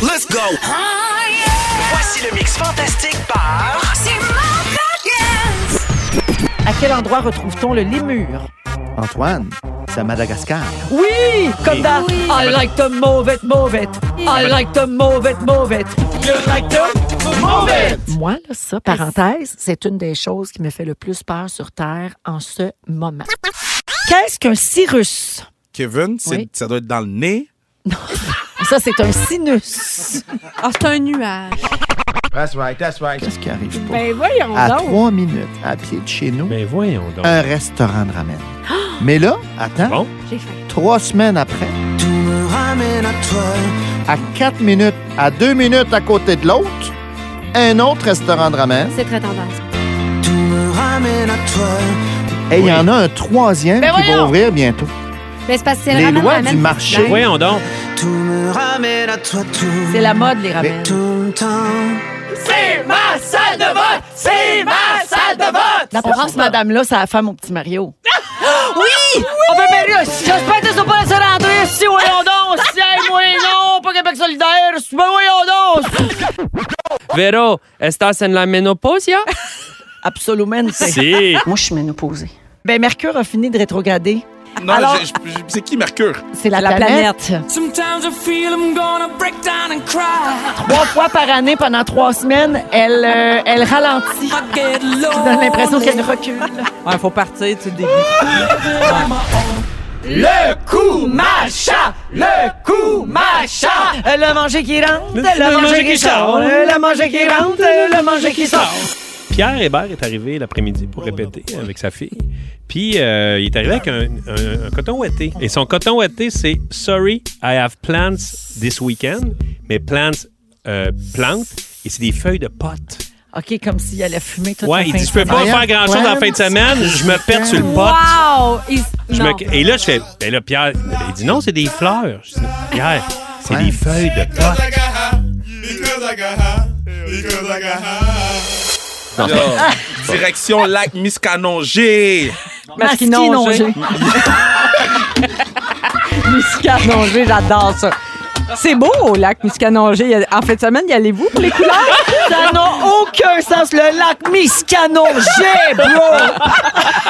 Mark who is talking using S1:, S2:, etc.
S1: Let's go!
S2: Voici le mix fantastique par...
S3: À quel endroit retrouve-t-on le lémur?
S4: Antoine, c'est à Madagascar.
S3: Oui! Comme dans I like to move it, move it. I like to move it, move it. You like to move it.
S5: Moi, là, ça, parenthèse, c'est une des choses qui me fait le plus peur sur Terre en ce moment.
S3: Qu'est-ce qu'un cirrus?
S4: Kevin, c'est-
S5: Oui.
S4: ça doit être dans le nez.
S5: Ça, c'est un sinus.
S6: Ah, c'est un nuage.
S7: That's right, that's right.
S4: Qu'est-ce qui arrive pas?
S3: Ben voyons
S4: À
S3: donc.
S4: trois minutes à pied de chez nous,
S8: Ben voyons donc.
S4: un restaurant de ramen. Mais là, attends,
S8: Bon.
S6: J'ai faim.
S4: trois semaines après, à quatre minutes, à deux minutes à côté de l'autre, un autre restaurant de ramen.
S6: C'est très tendance.
S4: Et il y en a un troisième
S3: Ben
S4: qui va
S3: voyons!
S4: ouvrir bientôt.
S6: Mais c'est parce que c'est le
S4: Les
S6: ramen
S4: lois
S6: ramen
S4: du
S6: qui
S4: marché.
S6: se
S4: Oui.
S6: plaint.
S8: Voyons donc.
S5: C'est la mode, les ramènes.
S3: C'est ma salle de vote! C'est ma salle de vote!
S5: La Provence, madame-là, c'est la femme au petit Mario.
S3: Oui! On peut bien là, si- j'espère que ça pas laissé rentrer si voyons donc, si hey, moi non, pas Québec solidaire, si ben voyons donc!
S9: Véro, estás en la menopausia?
S5: Absolument.
S8: Si.
S5: Moi, je suis ménopausée. Ben, Mercure a fini de rétrograder.
S4: Non,
S5: Alors-
S4: je- je- je- c'est qui Mercure?
S5: C'est la,
S6: La
S5: planète.
S2: Sometimes I feel I'm gonna break down and cry.
S5: Trois fois par année, pendant trois semaines, elle, euh, elle ralentit.
S2: I get
S5: Ça
S2: lonely.
S5: donne l'impression qu'elle recule.
S3: Ouais, faut partir, tu le début. Le manger qui rentre, le manger qui sort, le manger qui rentre, le manger qui sort.
S8: Pierre Hébert est arrivé l'après-midi pour répéter avec sa fille. Puis euh, il est arrivé avec un, un- un coton ouaté. Et son coton ouaté, c'est Sorry, I have plants this weekend. Mais plants, euh, plantes, et c'est des feuilles de potes.
S5: OK, comme s'il allait fumer toute la
S8: Ouais, il
S5: fin
S8: dit
S5: de
S8: Je peux pas
S4: I
S8: faire
S4: have
S8: grand-chose en
S4: plants.
S8: fin de semaine, je me perds sur le pot.
S6: Wow! Il-
S8: Je
S6: non.
S8: me- Et là, je fais Ben là, Pierre, il dit Non, c'est des fleurs. Je dis, Pierre, c'est
S4: Ouais.
S8: des feuilles de potes.
S7: Direction lac Miscanongé.
S5: Masquinongé.
S3: Muscanongé, j'adore ça. C'est beau au lac Muscanongé. Il y a- En fin de semaine, y allez-vous pour les couleurs? Ça n'a aucun sens, le lac Muscanongé, bro!